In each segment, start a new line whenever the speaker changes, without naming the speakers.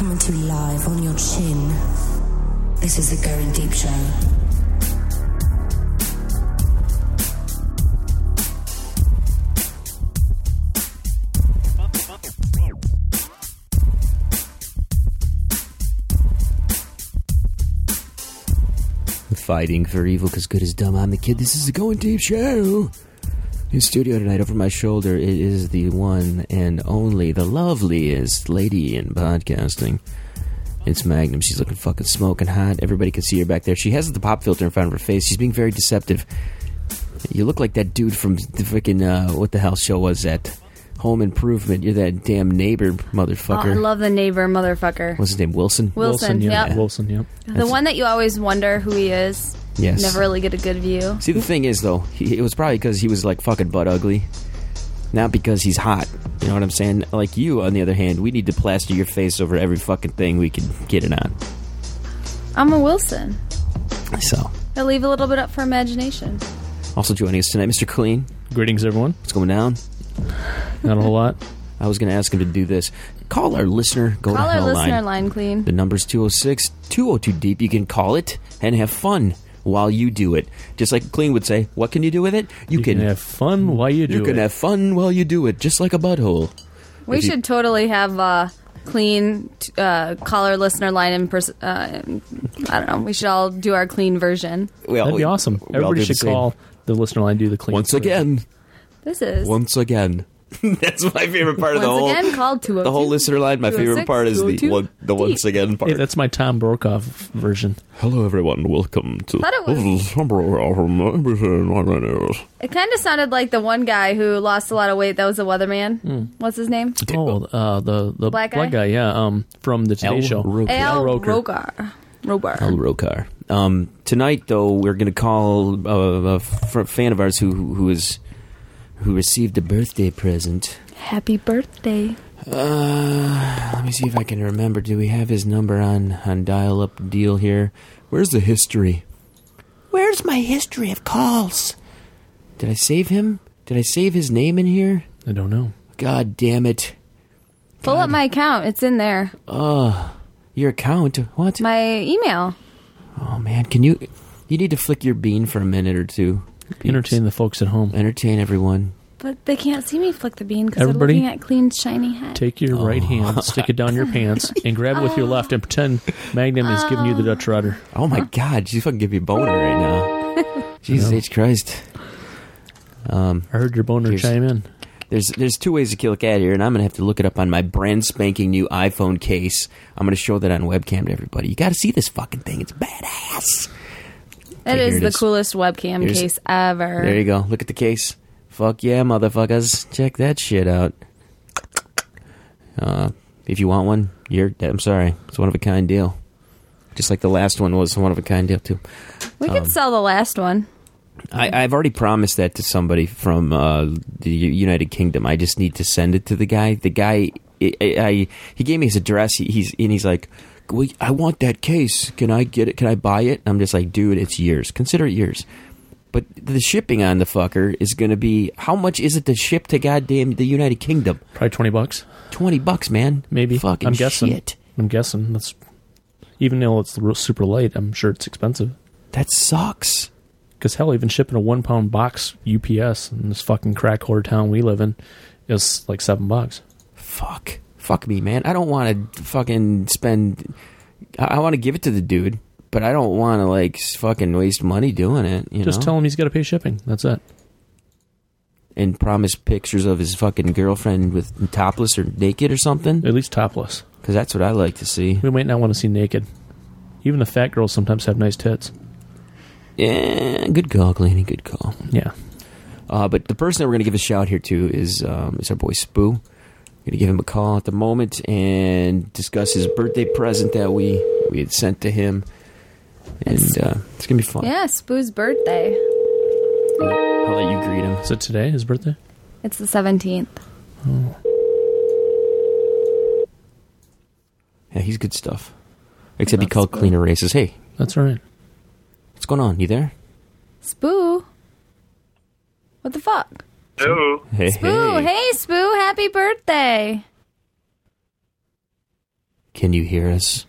hits you live on your chin. This is the Going Deep Show.
Fighting for evil because good is dumb. I'm the kid. This is the Going Deep Show. In studio tonight, over my shoulder, it is the one and only, the loveliest lady in podcasting. It's Magnum. She's looking fucking smoking hot. Everybody can see her back there. She has the pop filter in front of her face. She's being very deceptive. You look like that dude from the freaking, uh, what the hell show was that? Home Improvement. You're that damn neighbor
Oh, I
motherfucker.
love the neighbor motherfucker.
What's his name? Wilson?
Wilson,
yeah.
yep.
Wilson, yep.
The one that you always wonder who he is.
Yes.
Never really get a good view.
See, the thing is, though, he, it was probably because he was like fucking butt ugly, not because he's hot. You know what I'm saying? Like you, on the other hand, we need to plaster your face over every fucking thing we can get it on.
I'm a Wilson.
So,
I leave a little bit up for imagination.
also joining us tonight, Mr. Clean.
Greetings, everyone.
What's going down?
Not a whole lot.
I was going to ask him to do this. Call our listener. Go
Call
to
our
hell
listener
line.
line clean.
The number's 206 202 deep. E You can call it and have fun while you do it. Just like Clean would say, what can you do with it? You,
You can have fun while you do
you can
it.
have fun while you do it, just like a butthole.
We
if you-
should totally have uh, clean t- uh, call our listener line in person. Uh, I don't know. We should all do our clean version.
Well,
That'd
we-
be awesome.
we all
Everybody
do the
should
same.
call the listener line. Do the clean
Once
version.
again,
This is
once again. That's my favorite part of the
Once
whole
again called
the whole
202,
listener line. My favorite
206,
part is the
202.
one, the once again part.
Hey, that's my Tom Brokaw version.
Hello everyone, welcome to
Thought it was-
this is Summer from ABC Nightmare News.
It kind of sounded like the one guy who lost a lot of weight. That was a weatherman.
Hmm.
What's his name?
Oh, uh, the the
Black guy?
yeah, um, from the Today
Al
Show.
Roker.
Al
Roker.
Rogar. Robar.
El Rokar. Um, tonight though, we're going to call a, a fr- fan of ours who who who is who received a birthday present.
Happy birthday.
Uh, let me see if I can remember. Do we have his number on on dial up deal here? Where's the history? Where's my history of calls? Did I save him? Did I save his name in here?
I don't know.
God damn it!
Pull up my account. It's in there.
Your account? What?
My email.
oh man, can you? You need to flick your bean for a minute or two. peeps.
Entertain the folks at home.
Entertain everyone.
But they can't see me flick the bean because they're
Everybody-
looking at Clean's shiny head.
Take your
Oh.
right hand, stick it down your pants, and grab it with your left, and pretend Magnum is giving you the Dutch rudder.
Oh my God, she's fucking give me a boner right now. Jesus H Christ.
I heard your boner
Here's-
chime in.
There's there's two ways to kill a cat here, and I'm gonna have to look it up on my brand spanking new iPhone case. I'm gonna show that on webcam to everybody. You gotta see this fucking thing. It's badass.
That
Here
is
it
the
is.
coolest webcam
Here's-
case ever.
There you go. Look at the case. Fuck yeah, motherfuckers. Check that shit out. Uh, if you want one, you're. I'm sorry. It's one of a kind deal. Just like the last one was one of a kind deal too.
we
um,
could sell the last one.
I, I've already promised that to somebody from uh, the U- United Kingdom. I just need to send it to the guy. The guy, I, I, I- he gave me his address. He, he's and he's like, well, I want that case. Can I get it? Can I buy it? And I'm just like, dude, it's yours. Consider it yours. But the shipping on the fucker is going to be how much is it to ship to goddamn the United Kingdom?
Probably twenty bucks,
Twenty bucks, man.
maybe.
Fucking
I'm guessing.
shit.
I'm guessing that's even though it's real- super light. I'm sure it's expensive.
That sucks.
Because hell, even shipping a one pound box UPS in this fucking crack whore town we live in is like seven bucks.
fuck fuck me man i don't want to fucking spend i, I want to give it to the dude but i don't want to like s- fucking waste money doing it you
Just
know
tell him he's got to pay shipping. That's it.
and promise pictures of his fucking girlfriend with topless or naked or something
At least topless.
because that's what i like to see
We might not want to see naked. Even the fat girls sometimes have nice tits.
yeah good call Glenny, good call
Yeah.
uh, but the person that we're gonna give a shout here to is um, is our boy spoo We're gonna give him a call at the moment and discuss his birthday present that we we had sent to him and uh, it's gonna be fun
Yeah, Spoo's birthday.
i'll let you greet him
Is it today, his birthday?
It's the 17th.
Yeah, he's good stuff. Except he
That's
called
good.
cleaner races. Hey,
That's all right.
what's going on? You there?
Spoo? What the fuck?
Hello.
Hey,
Spoo, hey, Spoo, happy birthday.
Can you hear us?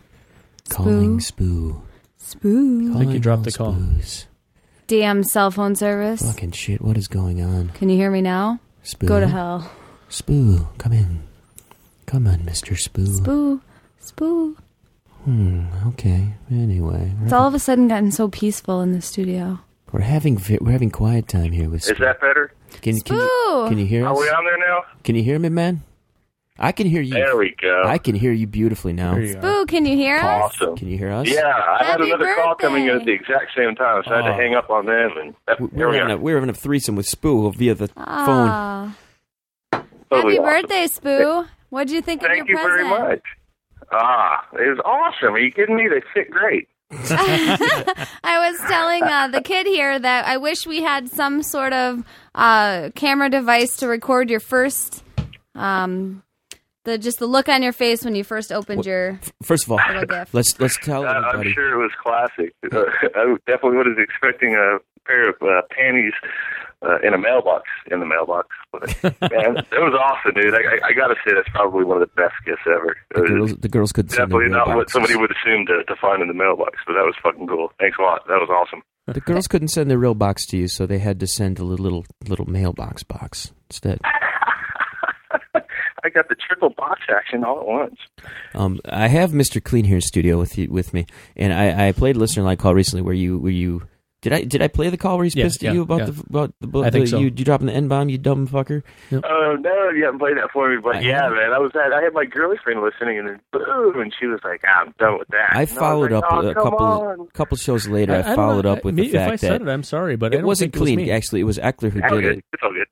Calling Spoo.
Spoo.
think you
Calling
dropped
all
the call.
Spoos.
Damn cell phone service.
Fucking shit, what is going on?
Can you hear me now?
Spoo.
Go to hell.
Spoo, come in. Come on, Mr. Spoo.
Spoo. Spoo.
Hmm, okay. Anyway,
It's all of a sudden gotten so peaceful in the studio.
we're having vi- we're having quiet time here with
Is
Spoo.
that better?
Can, can, you,
Spoo!
can you hear
Are
us?
we on there now?
Can you hear me, man? I can hear you.
There we go.
I can hear you beautifully now.
There you go.
Spoo, can you hear us?
awesome.
Can you hear us?
Yeah, I had
Happy
another call
birthday.
coming in at the exact same time, so I had to
Oh.
hang up on them. And that,
We-
there
We're
we
having, a,
are.
we're having a threesome with Spoo via the phone.
Ah.
Totally
Happy
awesome.
birthday, Spoo. What'd you think of
Thank you
your present?
very much. Ah, it was awesome. Are you kidding me? They fit great.
I was telling uh, the kid here that I wish we had some sort of uh, camera device to record your first, um, the just the look on your face when you first opened your.
First of all,
Little gift.
let's let's tell
Uh, I'm
everybody.
sure it was classic. Uh, I definitely was expecting a pair of uh, panties uh, in a mailbox in the mailbox. But man, it was awesome, dude. I, I, I got to say that's probably one of the best gifts ever. It
The
was
girls, the girls couldn't send
Definitely
their
not what
mailboxes.
somebody would assume to, to find in the mailbox, but that was fucking cool. Thanks a lot. That was awesome.
The girls couldn't send their real box to you, so they had to send a little little, little mailbox box instead.
I got the triple box action all at once.
Um, I have Mr. Clean here in studio with you, with me, and I, I played listener line call recently where you where you did I did I play the call where he's
Yeah,
pissed
yeah,
at you about
yeah.
the about the, about
I think
the-
so.
you you dropping the n bomb you dumb fucker.
Oh no, you haven't played that for me, but
I
yeah,
haven't.
man, I was at, I had my girlfriend listening, and then boom, and she was like, "I'm done with that." And
I
was
followed
like,
up
"Oh,
a
come
couple
on."
couple shows later. I,
don't know.
followed up with
me,
the fact
if I said
that
it, I'm sorry, but
it
I don't
wasn't
think was
clean.
me.
Actually, it was Eckler who
It's all
did
good.
it,
It's all good.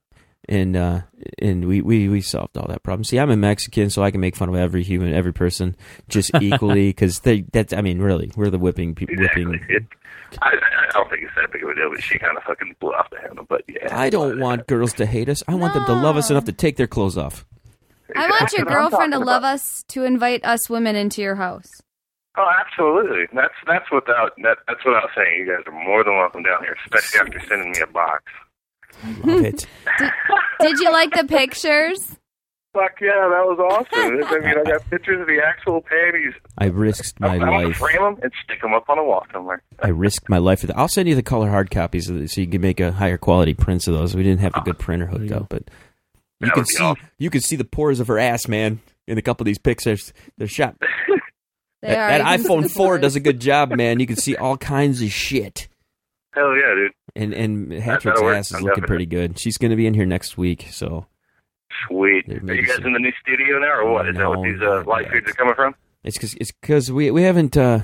and uh, and we, we we solved all that problem. See, I'm a Mexican, so I can make fun of every human, every person, just equally because they that's I mean, really, we're the whipping people.
Exactly.
Whipping.
It, I, I don't think it's that big of a deal, but she kind of fucking blew off the handle. But yeah,
I don't want girls to hate us. I want them to love us
No.
enough to take their clothes off.
I want your
Exactly what I'm
girlfriend to
talking
love
about.
us to invite us women into your house.
Oh, absolutely. That's that's without that, that's without saying. You guys are more than welcome down here, especially after sending me a box.
Love it.
Did you like the pictures?
Fuck yeah, that was awesome. I mean, I got pictures of the actual panties.
I risked my
I'm gonna
life.
frame them and stick them up on a wall somewhere.
I risked my life. for that. I'll send you the color hard copies of this so you can make a higher quality prints of those. We didn't have a good printer hooked
There you
up, but you
That
can
would be
see
awesome.
you can see the pores of her ass, man. In a couple of these pictures, they're shot.
They
That,
are
that iPhone four does a
not
good job, man. You can see all kinds of shit.
Hell yeah, dude!
And and Hatrick's
that'll work.
ass is
I'm
looking
definitely-
pretty good. She's going to be in here next week, so
Sweet.
There may
Are you
be
guys
some-
in the new studio now, or what? Is that
No,
what these uh,
not
light
yet.
foods are coming from?
It's because it's 'cause we we haven't uh,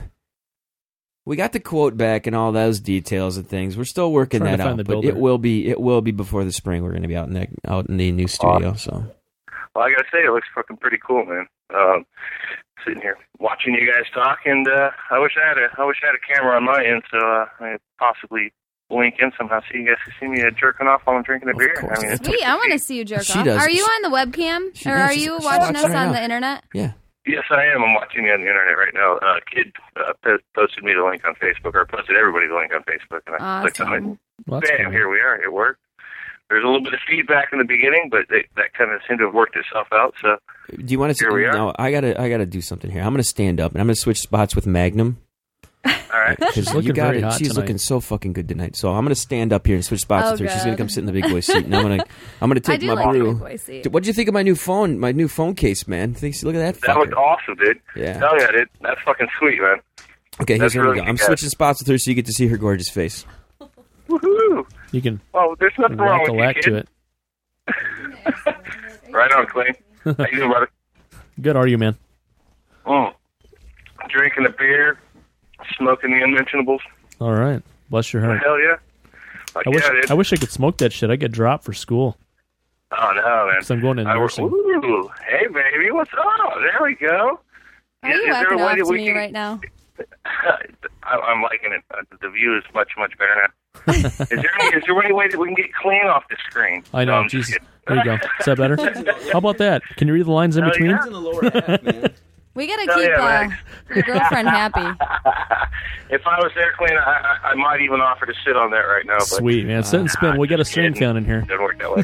we got the quote back and all those details and things. We're still working
Trying to
that
find
out,
the
but it
builder.
will be it will be before the spring. We're going to be out in the out in the new studio. So
Well, I gotta say, it looks fucking pretty cool, man. Um, sitting here watching you guys talk, and uh, I wish I had a I wish I had a camera on my end, so uh, I could possibly blink in somehow, so you guys can see me uh, jerking off while I'm drinking a
Of
beer.
course.
I mean, it's-
Sweet, I want to see you jerk
She
off.
does.
Are you
She-
on the webcam,
she-
or
yeah,
are
she's-
you
she's
watching
watching
us
right
on
now.
the internet?
yeah,
Yes, I am. I'm watching you on the internet right now. Uh, kid uh, po- posted me the link on Facebook, or posted everybody the link on Facebook, and I clicked on it.
Awesome.
Well, that's
Bam!
cool.
Here we are. It worked. There's a little bit of feedback in the beginning, but it, that kind of seemed to have worked itself out. So
do you want to?
Here we are.
No, I gotta I gotta do something here. I'm going to stand up and I'm going to switch spots with Magnum
all right.
because
She's
you
looking
got
very
it.
hot
She's
tonight.
looking so fucking good tonight. So I'm going to stand up here and switch spots
Oh,
with her. She's going to
God.
come sit in the big boy seat, and I'm going to I'm going to
I
take
do
my
like the
brew.
big boy seat.
What do you think of my new phone? My new phone case, man. Thanks. Look at that.
That
fucker.
looked awesome, dude.
Yeah.
Hell yeah, dude. That's fucking sweet, man.
Okay, here's
That's
where we
really
go. I'm
good.
switching spots with her so you get to see her gorgeous face.
Woohoo!
You can
Oh, there's nothing wrong
whack
with
a
you,
lack
kid.
to it.
Right on, Clay. How you doing, brother?
Good, are you, man?
Mm. Drinking a beer, smoking the unmentionables.
All right. Bless your heart.
Hell yeah. Fuck
I wish
yeah, dude.
I wish I could smoke that shit. I get dropped for school.
Oh no, man!
So I'm going to
I work-
nursing.
Ooh, hey baby, what's up? There we go.
Are you whacking off to me right now?
I, I'm liking it. Uh, The view is much much better now. is there any, is there any way that we can get clean off the screen?
I know.
No, I'm just
Jesus.
kidding.
There you go. Is that better? How about that? Can you read the lines in
Hell
between?
yeah.
We gotta
Hell
keep
Oh, yeah,
uh,
Max.
your girlfriend happy.
If I was there clean, I, I, I might even offer to sit on that right now. But
Sweet, man. Sit and spin.
I'm
We got a
just
swing
kidding.
fan in here.
Didn't work that way.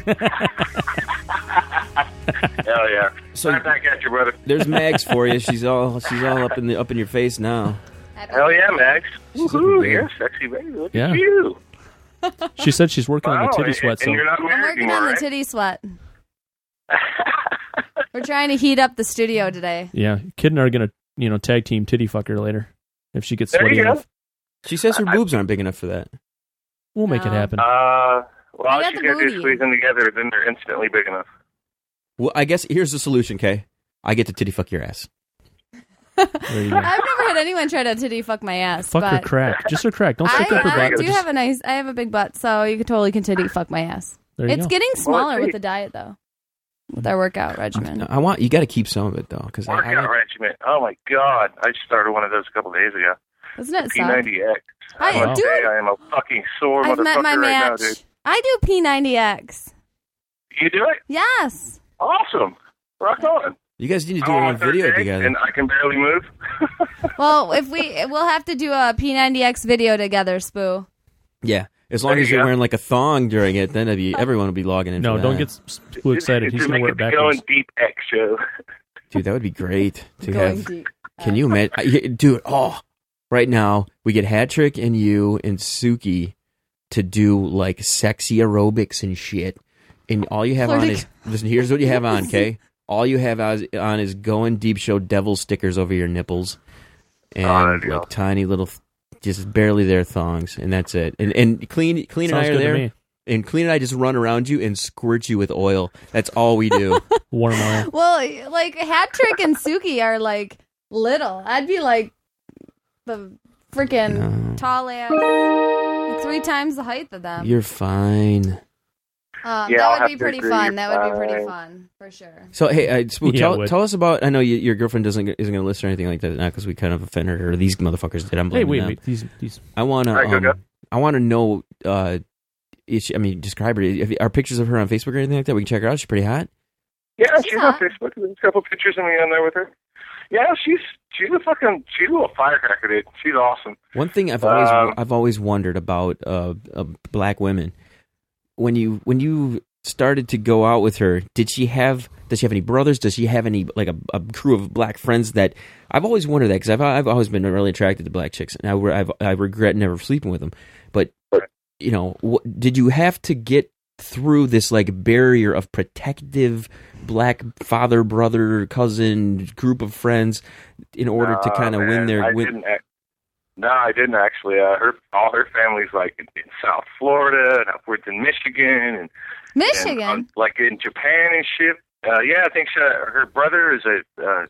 Hell yeah.
So-
right back at you, brother.
There's Mags for you. She's all she's all up in the up in your face now.
Hell yeah, Max.
looking
Woohoo,
good.
you're a sexy baby. Look
Yeah.
at you.
She said she's working on
Wow,
the titty
Oh, and-
sweat.
And
So
you're not
I'm
married
working
anymore,
on the
right?
titty sweat. We're trying to heat up the studio today.
yeah, Kid and I are gonna you know tag team titty fucker later if she gets
There
sweaty
you go.
enough.
She says her boobs aren't big enough for that.
We'll make it
No.
happen.
Uh, well,
I
all
got
you
the
gotta do is
booty.
squeeze them together, then they're instantly big enough.
Well, I guess here's the solution, Kay. I get to titty fuck your ass.
There you go.
I've never had anyone try to titty fuck my ass.
Fuck her
but
crack, just her crack. Don't
I,
fuck her
I
butt.
do
Just-
have a nice, I have a big butt, so you could totally can titty fuck my ass.
there you
It's
go.
getting smaller with
see.
the diet though, with our workout regimen.
I want you got to keep some of it though, because I,
Workout
I,
regimen. Oh my god, I just started one of those a couple days ago.
Doesn't it suck?
P90X.
I-
I must
dude,
say, I am a fucking sore
I've
motherfucker
met my
right now,
match.
dude.
I do P90X.
You do it?
Yes.
Awesome. Rock on.
you guys need to do
I'm
a
on
little
third
video
day,
together.
Oh, And I can barely move.
Well, if we we'll have to do a P90X video together, Spoo.
yeah, as long
There
as
you
you're
go.
wearing like a thong during it, then it'd be, everyone will be logging in.
No,
for
don't
that.
get s- too excited.
It's
He's
to
gonna
make
wear it
it the Going
backwards.
deep X show.
dude. That would be great to
Going
have.
deep.
Can you imagine, I, yeah, dude? Oh, right now we get Hatrick and you and Suki to do like sexy aerobics and shit, and all you have on
Flirting.
is listen. Here's what you have on, okay? All you have on is- on is going deep show devil stickers over your nipples and
Oh, that'd be
like
awesome.
tiny little, th- just barely there thongs, and that's it. And and clean, clean
Sounds
and I
good
are
to
there,
me.
and clean and I just run around you and squirt you with oil. That's all we do.
Warm oil.
Well, like Hattrick and Suki are like little. I'd be like the freaking tall ass, three times the height of
Um,
them.
You're fine.
Um,
Yeah,
that
I'll have
would be
to
pretty
agree,
fun.
you're
That would be pretty
fine.
fun for sure.
So hey, uh, Spook,
Yeah,
tell,
would.
tell us about. I know you, your girlfriend doesn't isn't going to listen or anything like that now because we kind of offended her. These motherfuckers did. I'm
Hey,
blaming
wait,
them.
wait. These, these.
I want
All right, go,
to.
go.
Um, I want to know. Uh, is she, I mean, describe her. If, are pictures of her on Facebook or anything like that? We can check her out. She's pretty hot.
Yeah, she's
She's
on
hot.
Facebook. There's a couple pictures of me on there with her. Yeah, she's she's a fucking she's a little firecracker, dude. She's awesome.
One thing I've always
Um,
I've always wondered about uh, uh, black women. When you when you started to go out with her, did she have does she have any brothers? Does she have any like a, a crew of black friends that I've always wondered that because I've I've always been really attracted to black chicks and I re- I've, I regret never sleeping with them. But
Right.
you know, what, did you have to get through this like barrier of protective black father brother cousin group of friends in order to
Nah,
kind of
Oh, man,
win their
I
win?
Didn't act, no, I didn't actually. Uh, her all her family's like in, in South Florida and upwards in Michigan and
Michigan.
and, uh, like in Japan and shit. Uh, yeah, I think she, her brother is a, uh,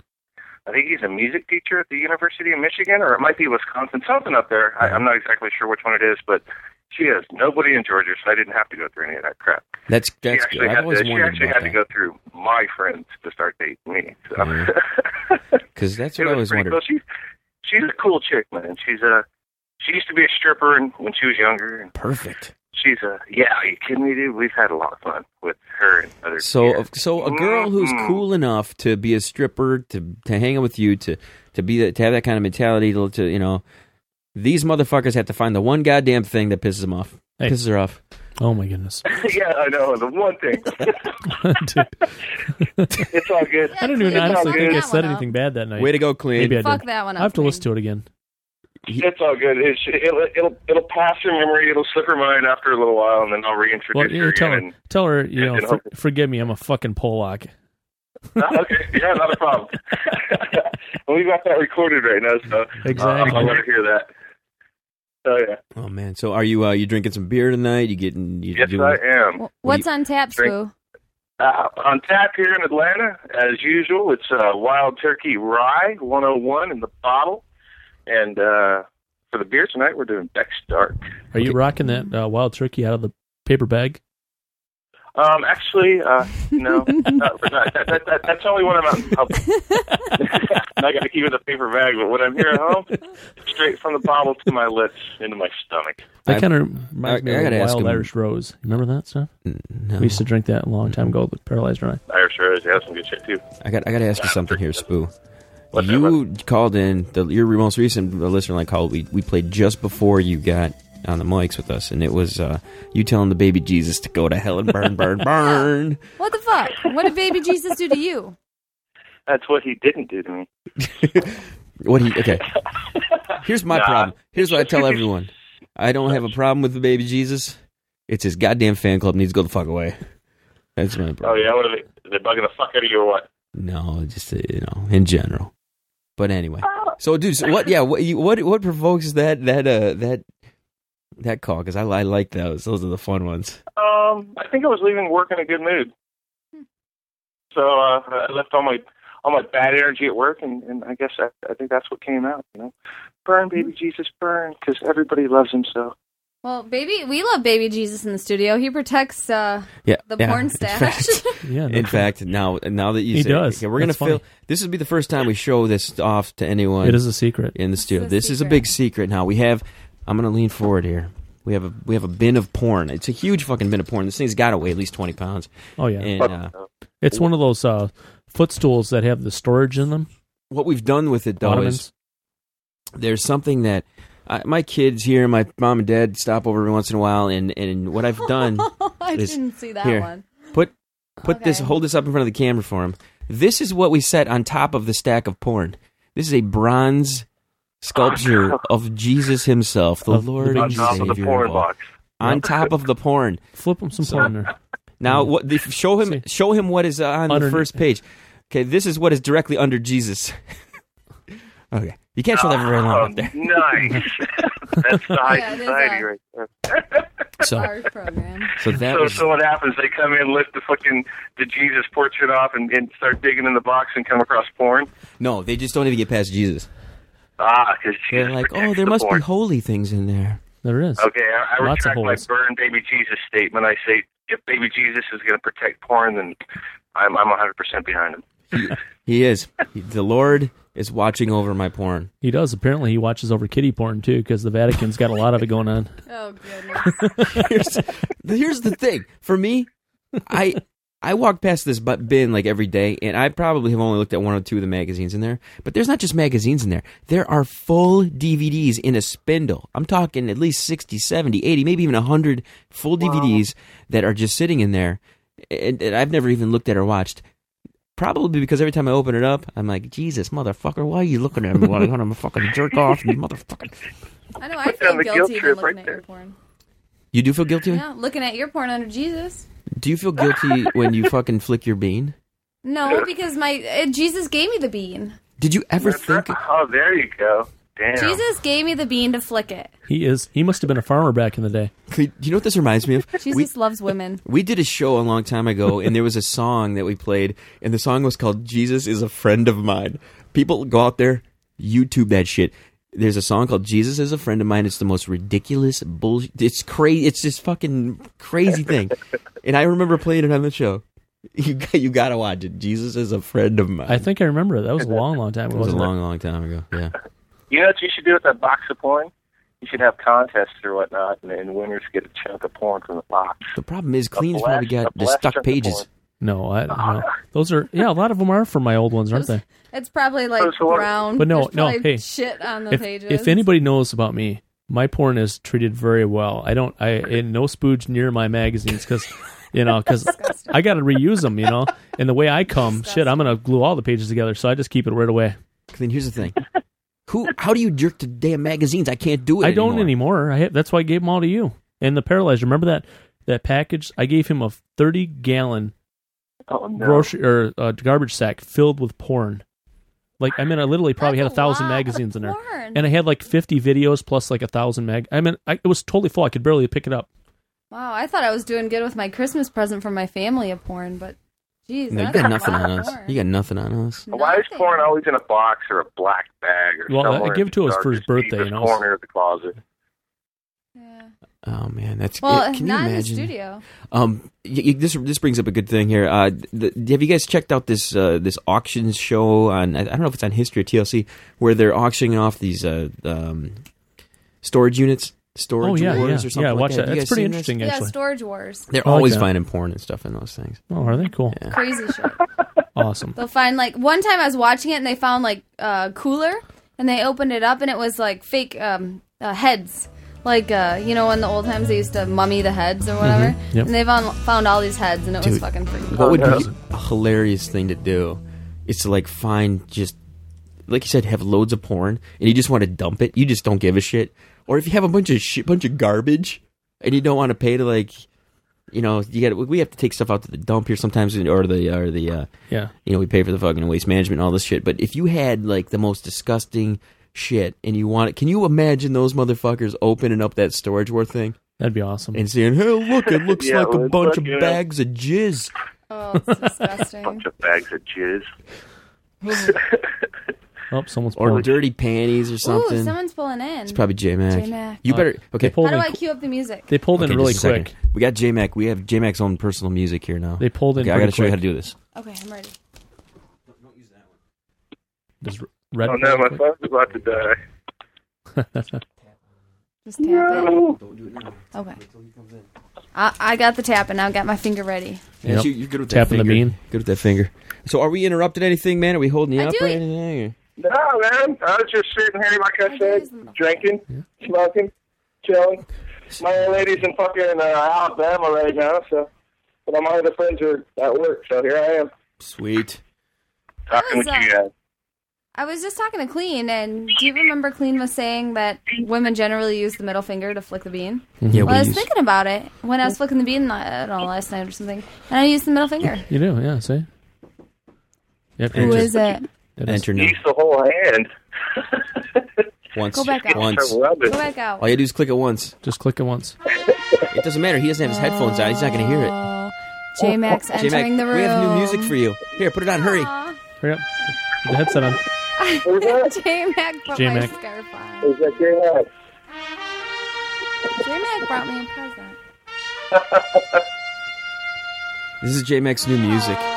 I think he's a music teacher at the University of Michigan, or it might be Wisconsin, something up there. I, I'm not exactly sure which one it is, but she has nobody in Georgia, so I didn't have to go through any of that crap.
That's that's
she
good.
actually
I've
had
always
to, she
wondered
actually
about
had to
that.
go through my friends to start dating me. So.
Mhm. Because that's what I
It
always
pretty
wondered.
Cool. She's she's a cool chick, man. She's a she used to be a stripper and when she was younger, and
Perfect.
she's a yeah. Are you kidding me, dude? We've had a lot of fun with her and other. Mm-hmm.
So,
yeah.
so a girl who's
Mm-mm.
cool enough to be a stripper, to to hang out with you, to to be that, to have that kind of mentality, to, to you know, these motherfuckers have to find the one goddamn thing that pisses them off,
Hey.
pisses her off.
Oh my goodness.
yeah, I know the one thing.
Dude,
It's all good.
I don't even
Yeah,
honestly
fuck
think I
that
said
one up.
anything bad that night.
Way to go, clean.
Maybe I
Fuck
did.
that one up.
I have to
man.
listen to it again.
It's all good. It, should- it'll it'll it'll pass her memory. It'll slip her mind after a little while, and then I'll reintroduce
Well,
her.
yeah, tell her,
again.
tell her, you know,
you know.
for, forgive me, I'm a fucking Polak.
And, Ah, okay, yeah, not a problem. We've got that recorded right now, so
Exactly.
uh, I'll let her hear that. So yeah,
Oh man, so are you uh, you drinking some beer tonight? You getting you
yes,
doing?
I am.
Wh- What's on tap,
Drink.
Spoo?
Uh, on tap here in Atlanta, as usual, it's uh, Wild Turkey Rye 101 in the bottle. And uh, for the beer tonight, we're doing Beck's Dark.
Are you rocking that uh, wild turkey out of the paper bag?
Um, actually, uh, no, not, not, that, that, that, that's only when I'm out in public. I got to keep it in a paper bag, but when I'm here at home, straight from the bottle to my lips, into my stomach.
That
I-
kind of reminds
I-
me
I
of
gotta ask
wild
him.
Irish rose. You remember that stuff?
No,
We used to drink that a long time ago. With paralyzed rye.
Irish Rose, they have some good shit, too.
I got I got to ask you something here, Spoo.
What's that,
you called in the your most recent listener like call we we played just before you got on the mics with us, and it was uh, you telling the baby Jesus to go to hell and burn, burn, burn.
What the fuck? What did baby Jesus do to you?
That's what he didn't do to me.
What he? Okay. Here's my
Nah.
problem. Here's what I tell everyone. I don't have a problem with the baby Jesus. It's his goddamn fan club needs to go the fuck away. That's my problem.
Oh yeah, what are they? They're bugging the fuck out of you or what?
No, just uh, you know, in general. But anyway, so dude, so what? Yeah, what? You, what? What provokes that? That? Uh, that? That call? Because I, I like those. Those are the fun ones.
Um, I think I was leaving work in a good mood.
Hmm.
So uh, I left all my all my bad energy at work, and, and I guess I, I think that's what came out. You know, burn, baby
Hmm.
Jesus, burn, because everybody loves him so.
Well, baby, we love baby Jesus in the studio. He protects uh,
Yeah,
the
yeah,
porn
in
stash.
fact.
Yeah,
In
no,
fact, now now that you
He
say,
does.
okay, we're gonna
That's
fill.
funny.
This would be the first time we show this off to anyone
it is a secret.
in the studio.
a
This is a
secret.
big secret. Now we have. I'm gonna lean forward here. We have a we have a bin of porn. It's a huge fucking bin of porn. This thing's got to weigh at least twenty pounds.
Oh yeah,
And uh,
it's one of those uh, footstools that have the storage in them.
what we've done with it though is
Ottomans.
there's something that I, my kids here, my mom and dad stop over every once in a while, and and what I've done,
I
is-
didn't see that
here.
one.
put put this,
Okay.
hold this up in front of the camera for him. This is what we set on top of the stack of porn. This is a bronze sculpture of Jesus Himself, the
Of the
Lord
big
On
and
top
Savior
of the porn
of all.
box.
On top of the porn.
Flip them some porn there.
Now, what, the, show him show him what is on the
Mm. Underneath.
first page. Okay, this is what is directly under Jesus. okay, you can't show that for very long
Oh,
up there.
nice. that's the high
Yeah, it is,
society
uh,
right there.
So,
Our program.
so that
So,
was
so what happens? They come in, lift the fucking the Jesus portrait off, and, and start digging in the box and come across porn.
no. They just don't even get past Jesus.
Ah, because
They're like, oh, there must be holy things in there.
There it is.
Okay, I, I
Lots of
retract my
holes.
burn baby Jesus statement. I say if baby Jesus is going to protect porn, then I'm I'm 100% behind him.
He is. He- the Lord is watching over my porn.
He does. Apparently, he watches over kitty porn too, because the Vatican's got a lot of it going on.
Oh goodness.
Here's, here's the thing. For me, I I walk past this bu- bin like every day, and I probably have only looked at one or two of the magazines in there. But there's not just magazines in there. There are full DVDs in a spindle. I'm talking at least 60, 70, 80, maybe even 100 full DVDs that are just sitting in there, and, and I've never even looked at or watched. Probably because every time I open it up, I'm like, Jesus, motherfucker, why are you looking at me? like I'm a fucking jerk off, you motherfucker.
I know. I
Put
feel
down the guilt
guilty even
trip
looking
right
at
there.
your porn.
You do feel guilty?
Yeah, looking at your porn under Jesus.
Do you feel guilty when you fucking flick your bean?
No, because my uh, Jesus gave me the bean.
Did you ever think?
Oh, there you go. Damn.
Jesus gave me the bean to flick it.
He is. He must have been a farmer back in the day.
Do you know what this reminds me of? We,
Jesus loves women.
we did a show a long time ago, and there was a song that we played, and the song was called "Jesus is a Friend of Mine." People go out there, YouTube that shit. There's a song called "Jesus is a Friend of Mine." It's the most ridiculous bullshit. It's crazy. It's this fucking crazy thing, and I remember playing it on the show. You got- you gotta watch it. Jesus is a friend of mine.
I think I remember it. That was a long, long time.
it was a
wasn't
long, long time ago. Yeah.
You know what you should do with that box of porn? You should have contests or whatnot, and, and winners get a chunk of porn from the box.
The problem is, Clean's
blast-
probably got
a
the
blast
stuck
from the
pages.
board.
No, I no. those are yeah. A lot of them are from my old ones, aren't they?
It's probably like
Oh, so what-
brown.
But no,
There's
no,
probably
hey.
shit on the
If,
pages.
if anybody knows about me, my porn is treated very well. I don't. I and no spooge near my magazines because you know because I got to reuse them. You know, and the way I come, shit, I'm gonna glue all the pages together. So I just keep it right away.
Clean. Here's the thing. Who? How do you jerk to damn magazines? I can't do it.
I don't anymore. I have, that's why I gave them all to you. And the paralyzer. Remember that that package? I gave him a 30 gallon
Oh no!
grocery or uh, garbage sack filled with porn. Like I mean, I literally probably
That's
had a
a
thousand
lot
magazines
of
in there,
porn.
and I had like 50 videos plus like a thousand mag. I mean, I, it was totally full. I could barely pick it up.
wow, I thought I was doing good with my Christmas present from my family of porn, but geez,
No, you
that's
got
a
nothing
lot
on
of
us.
porn.
You got nothing on us.
Why is
Nothing.
porn always in a box or a black bag or
Well, I- I
somewhere
give it to
in
us
the
for his
darkest,
birthday,
deepest
and I was-
corner of the closet?
Yeah.
Oh man, that's
Well,
Can you
not in the
imagine?
studio.
Um, y- y- this this brings up a good thing here. Uh, th- have you guys checked out this uh, this auction show on? I I don't know if it's on History or TLC, where they're auctioning off these uh, um, storage units, storage
Oh yeah, yeah,
wars or something.
yeah.
like
Watch
that.
that.
Have you
That's
guys
pretty
seen this?
interesting,
Yeah,
actually. Oh,
Storage Wars.
They're
I like
always
that.
finding porn and stuff in those things.
Oh, are they cool?
Crazy shit.
Awesome.
They'll find like one time I was watching it and they found like a cooler and they opened it up and it was like fake um, uh, heads. like uh, you know, in the old times they used to mummy the heads or whatever,
Yep.
and they found found all these heads, and it was
Mm-hmm. Dude.
fucking freaky.
What would
Yeah.
be a hilarious thing to do is to like find just like you said, have loads of porn and you just want to dump it. You just don't give a shit. Or if you have a bunch of shit, bunch of garbage, and you don't want to pay to like, you know, you got we have to take stuff out to the dump here sometimes, or the or the uh,
Yeah.
you know, we pay for the fucking waste management and all this shit. But if you had like the most disgusting shit and you want it, can you imagine those motherfuckers opening up that storage war thing
That'd be awesome.
and saying, "Hey, look, it looks
Yeah,
like a
let's
bunch
look,
of
yeah.
bags of jizz."
Oh, it's disgusting.
bunch of bags of jizz.
oh, someone's
or
pulling.
dirty panties or something.
Ooh, someone's pulling in.
it's probably J Mac.
J-Mac.
You better okay.
Uh, They pulled
How do
in.
I cue up the music?
they pulled
okay,
in really
just a second.
quick.
We got J Mac. We have J Mac's own personal music here now.
They pulled in
Okay, I
pretty
gotta show you how
quick.
to do this.
Okay, I'm ready.
Just red.
Oh no, my phone's about to die.
Just tap
No.
it. Okay. I, I got the tap, and now I got my finger ready.
Yep.
You, are good with
Tapping
that
the
finger.
bean.
Good with that finger. So, are we interrupting anything, man? Are we holding you
I
up
do
or
it.
anything? or-
No, man. I was just sitting here, like I said, drinking, smoking, chilling. My old lady's in fucking uh, Alabama right now, so. But my other friends are at work, so here I am
Sweet.
talking with you guys.
I was just talking to Clean, and do you remember Clean was saying that women generally use the middle finger to flick the bean?
Yeah,
Well, I was
use-
thinking about it when I was flicking the bean, I don't know, last night or something, and I used the middle finger.
You do, yeah. See. Yep,
Who
Enter.
is it?
that is-
Enter now.
Use the whole hand.
Once.
Go back out.
Once.
To rub
Go
it.
back out.
All you do is click it once.
Just click it once.
It doesn't matter. He doesn't have his headphones on. He's not gonna hear it.
Oh, J Max
J Mac,
entering the room. Ah.
we have new music for you. Here, put it on. Hurry.
Hurry up. Put the headset on.
J Mac put
J-Mac.
my scarf on.
Is that your hand?
J Mac brought me a present.
This is J Mac's new music.
Aw.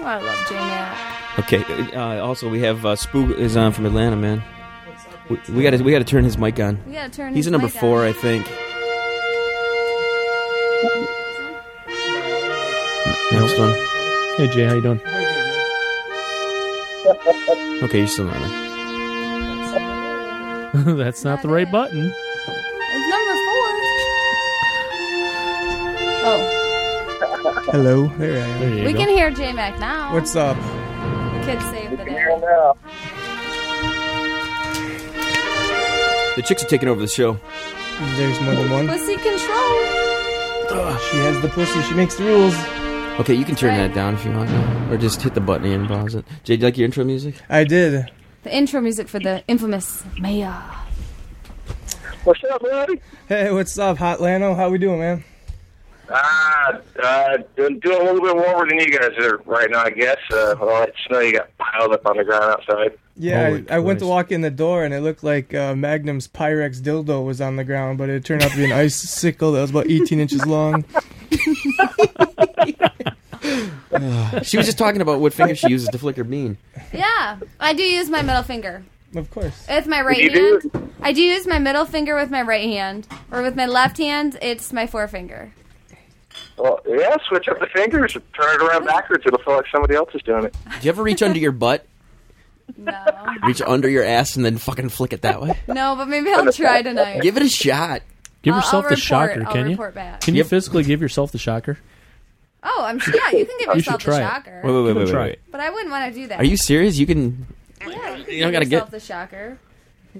Oh, I love J Mac.
Okay. Uh, also, we have uh, Spook is on from Atlanta, man. We, we gotta we gotta turn his mic on.
We gotta turn.
He's
his
a number
mic
four,
on.
I think. Next one.
Hey Jay, how you doing?
Okay, you're still on it.
That's not the right button.
It's number four. Oh,
Hello, there I am.
There you
we
go.
can hear J Mac now.
What's up?
Kids save the day.
Here now.
The chicks are taking over the show.
There's more than one.
Pussy control.
She has the pussy. She makes the rules.
Okay, you can turn that down if you want, or just hit the button and pause it. Jay, do you like your intro music?
I did.
The intro music for the infamous Maya.
What's up, buddy?
Hey, what's up, Hot Lano? How we doing, man?
Ah, uh, doing doing a little bit warmer than you guys are right now, I guess. Uh, all that snow you got piled up on the ground outside.
Yeah,
Holy
I, I went to
Christ.
walk in the door and it looked like uh, Magnum's Pyrex dildo was on the ground, but it turned out to be an icicle that was about 18 inches long.
She was just talking about what finger she uses to flick her bean.
Yeah, I do use my middle finger.
Of course.
With my right
You do?
hand, I do use my middle finger with my right hand, or with my left hand, it's my forefinger.
Well, yeah, switch up the fingers, turn it around backwards. It'll feel like somebody else is doing it.
Do you ever reach under your butt,
No,
reach under your ass, and then fucking flick it that way?
no, but maybe I'll try tonight.
Give it a shot.
give
I'll-
yourself
I'll
the
report-
shocker,
I'll
can you?
report back.
Can you
Yep.
physically give yourself the shocker?
Oh, I'm sure. Yeah, you can give
You
yourself
should try
the
it.
shocker,
Wait, wait, wait, wait, wait,
try
wait.
it.
but I wouldn't want to do that.
Are you serious? You can.
Yeah, you, can
You
give
don't gotta
yourself
get-
the shocker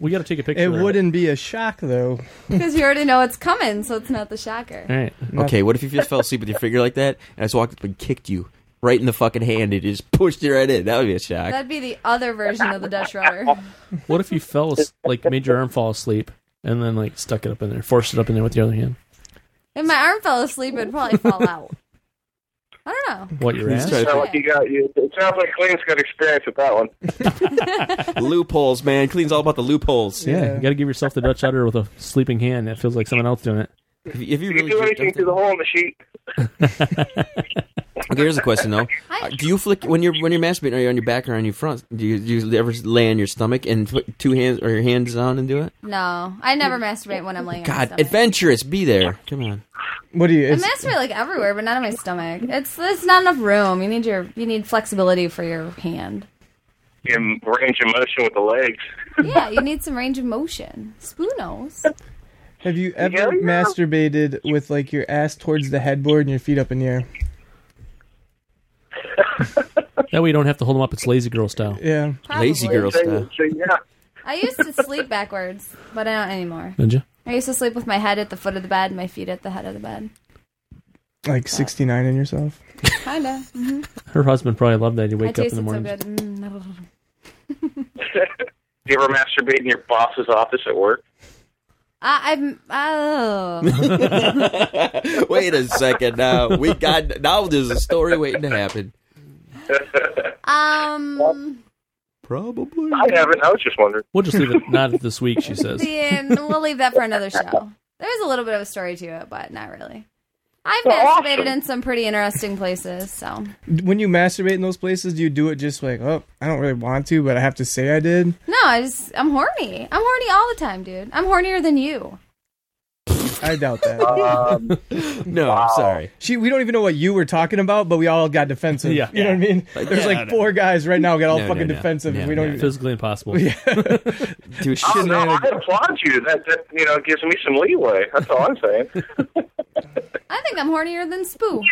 We got to take a picture.
It
of
wouldn't be a shock, though.
because you already know it's coming, so it's not the shocker.
All right.
Okay, what if you just fell asleep with your finger like that, and I just walked up and kicked you right in the fucking hand, and it just pushed you right in? That would be a shock.
That'd be the other version of the Dutch rudder.
What if you fell as- like made your arm fall asleep and then like stuck it up in there, forced it up in there with the other hand?
If my arm fell asleep, it'd probably fall out. I don't know.
What your
Let's
ass?
try
Sound like you got you. It sounds like Clean's got experience with that one.
loopholes, man. Clean's all about the loopholes.
Yeah,
Yeah.
you got to give yourself the Dutch udder with a sleeping hand. That feels like someone else doing it.
If, if you
You
really
can do
jerked
anything
off
through the
that-
hole in the sheet.
Okay, here's a question though.
Hi.
Uh, Do you flick when you're when you're masturbating? Are you on your back or on your front? Do you, do you ever lay on your stomach and put two hands or your hands down and do it?
No, I never masturbate when I'm laying. on my
God,
stomach.
adventurous. Be there. Come on.
What do you?
I
It's,
masturbate like everywhere, but not on my stomach. It's it's not enough room. You need your you need flexibility for your hand.
You can range of motion with the legs.
yeah, you need some range of motion. Spoonos.
Have you ever
yeah.
masturbated with like your ass towards the headboard and your feet up in the air?
That way you don't have to hold them up. It's lazy girl style.
Yeah.
Lazy
Probably.
girl
So,
style.
so yeah,
I used to sleep backwards, but I don't anymore.
Did you?
I used to sleep with my head at the foot of the bed, and my feet at the head of the bed.
Like 69 in yourself.
Kinda.
Her husband probably loved that. You
I
wake up in
tasted
the
so
morning.
good. Mm.
do you ever masturbate in your boss's office at work?
I, I'm. Oh.
Wait a second now. We got now there's a story waiting to happen.
um.
Probably.
I haven't. I was just wondering.
We'll just leave it. Not this week, she says.
then we'll leave that for another show. There's a little bit of a story to it, but not really. I've
Well,
masturbated
awesome.
in some pretty interesting places, so.
When you masturbate in those places, do you do it just like, oh, I don't really want to, but I have to say I did?
No, I just I'm horny. I'm horny all the time, dude. I'm hornier than you.
I doubt that.
Uh,
No, I'm sorry.
she, we don't even know what you were talking about, but we all got defensive.
Yeah.
You know what I mean? There's like four guys right now got all
No,
fucking
no, no.
defensive.
No,
we don't
no,
even.
Physically impossible.
Dude,
Oh,
shit,
no, I applaud you. That that you know gives me some leeway. That's all I'm saying.
I think I'm hornier than Spoo.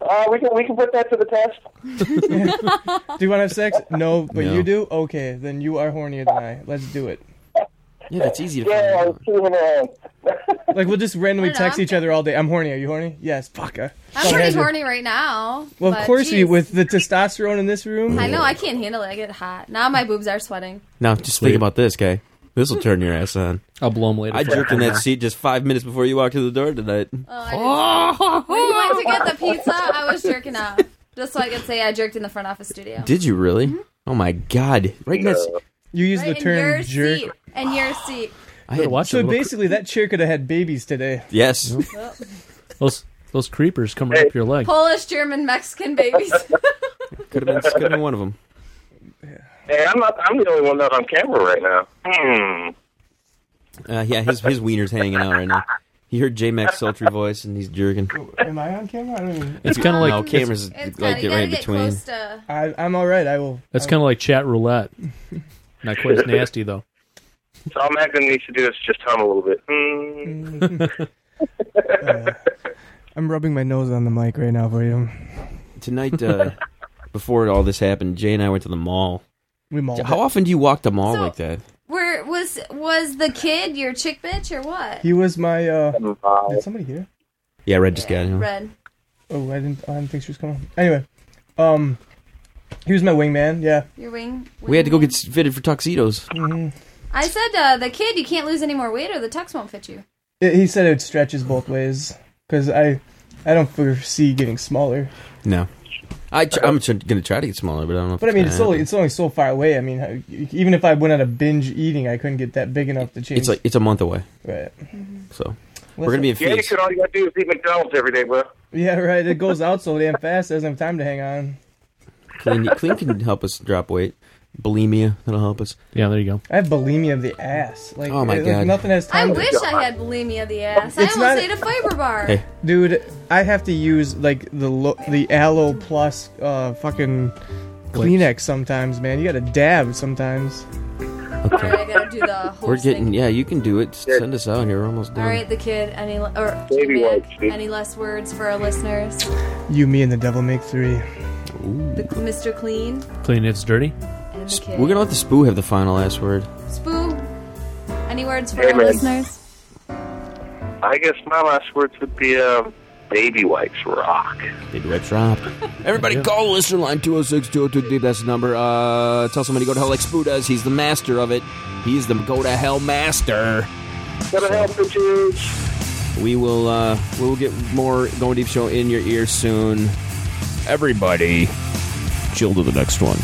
Uh, we can we can put that to the test.
Do you want to have sex? No, but
No.
you do? Okay, then you are hornier than I. Let's do it.
Yeah, that's easy to
Yeah,
find
I'm
out.
moving around.
Like, we'll just randomly
I don't know,
text
I'm-
each other all day. I'm horny. Are you horny? Yes. Fuck. I-
I'm
I had
pretty
to-
horny right now.
Well, of
but
course you.
jeez.
With the testosterone in this room,
I know I can't handle it. I get hot. Now my boobs are sweating.
Now just think about this, okay? This will turn your ass on.
I'll blow them later.
I jerked in that seat just five minutes before you walked to the door tonight.
Oh, I
Oh,
didn't- when you went to get the pizza, I was jerking off. Just so I could say I jerked in the front office studio.
Did you really?
Mm-hmm.
Oh my god! Right next,
Uh,
you use
Right
the
in
term
your
jerk.
seat. In your seat.
I had,
Watch
So
them.
basically, that chair could have had babies today.
yes,
Those those creepers come right up your leg.
Polish, German, Mexican babies.
could have been, could have been one of them.
Hey, I'm not. I'm the only one not on camera right now. Hmm.
Uh, yeah, his his wiener's hanging out right now. He heard J Mac's sultry voice and he's jerking.
Am I on camera? I don't even.
It's kind of like
no, cameras
it's
like
kind
get
of
right
right
in
get
between.
close to.
I, I'm all right. I will.
That's kind of like chat roulette. Not quite as nasty though.
So all Magnum needs to do is just hum a little bit. Hmm.
I'm rubbing my nose on the mic right now for you.
Tonight, uh, before all this happened, Jay and I went to the mall.
We mauled.
How
it.
often do you walk the mall
Oh, So-
like that?
Where was was the kid your chick bitch or what?
He was my. uh
Wow.
Did somebody hear?
Yeah, Red just got him.
Red.
Oh, I didn't. I didn't think she was coming. Anyway, um, he was my wingman. Yeah.
Your wing.
We had to go
wingman?
get s- fitted for tuxedos.
I said uh, the kid, you can't lose any more weight or the tux won't fit you.
It, he said it stretches both ways because I, I don't foresee getting smaller.
No, I tr- I'm tr- gonna try to get smaller, but I don't know. If
But I mean,
gonna
it's only
happen.
it's only so far away. I mean, how- even if I went on a binge eating, I couldn't get that big enough to change.
it's like it's a month away,
right.
so we're gonna be in
Yeah, you
Phoenix.
could all you gotta do is eat McDonald's every day, bro.
Yeah, right. It goes out so damn fast. Doesn't have time to hang on.
Clean, clean can help us drop weight. Bulimia that'll help us.
Yeah, there you go.
I have bulimia of the ass. Like,
Oh, my
it-
God.
Like nothing has
I
time. to,
wish I had bulimia of the ass. I
It's
almost
not-
ate a fiber bar.
Hey.
dude. I have to use like the lo- the Aloe Plus uh, fucking Kleenex sometimes, man. You got to dab sometimes.
All right, I gotta do the whole
We're getting
thing.
yeah. You can do it. Send us out here. We're almost
All
done.
right, the kid. Any le- or
Baby
J-Mac,
wipes, dude.
any less words for our listeners?
You, me, and the devil make three.
The, Mr. Clean
Clean it's dirty.
and the kid.
We're gonna let the spoo have the final last word.
Spoo. Any words for
Hey,
our
man.
listeners?
I guess my last words would be um, baby wipes rock.
They do it drop. Everybody call listener line 206 202 That's the number. Uh, tell somebody to go to hell like Spoo does. He's the master of it. He's the go to hell master.
Gotta help the dudes.
We will uh, we will get more Going Deep Show in your ear soon. Everybody, chill to the next one.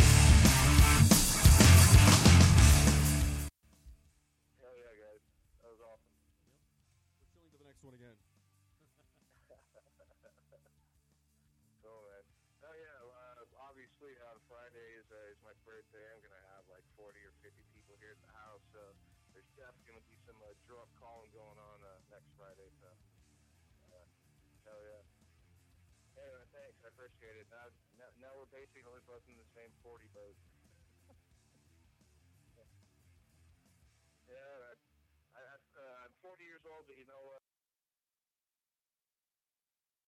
Oh, man. Oh, yeah. Well, uh, obviously, on Friday is, uh, is my birthday. I'm going to have like 40 or 50 people here at the house. So there's definitely going to be some uh, draw up calling going on uh, next Friday. So, uh, hell yeah. Anyway, thanks. I appreciate it. Now, now, now we're basically both in the same 40 boat. you know,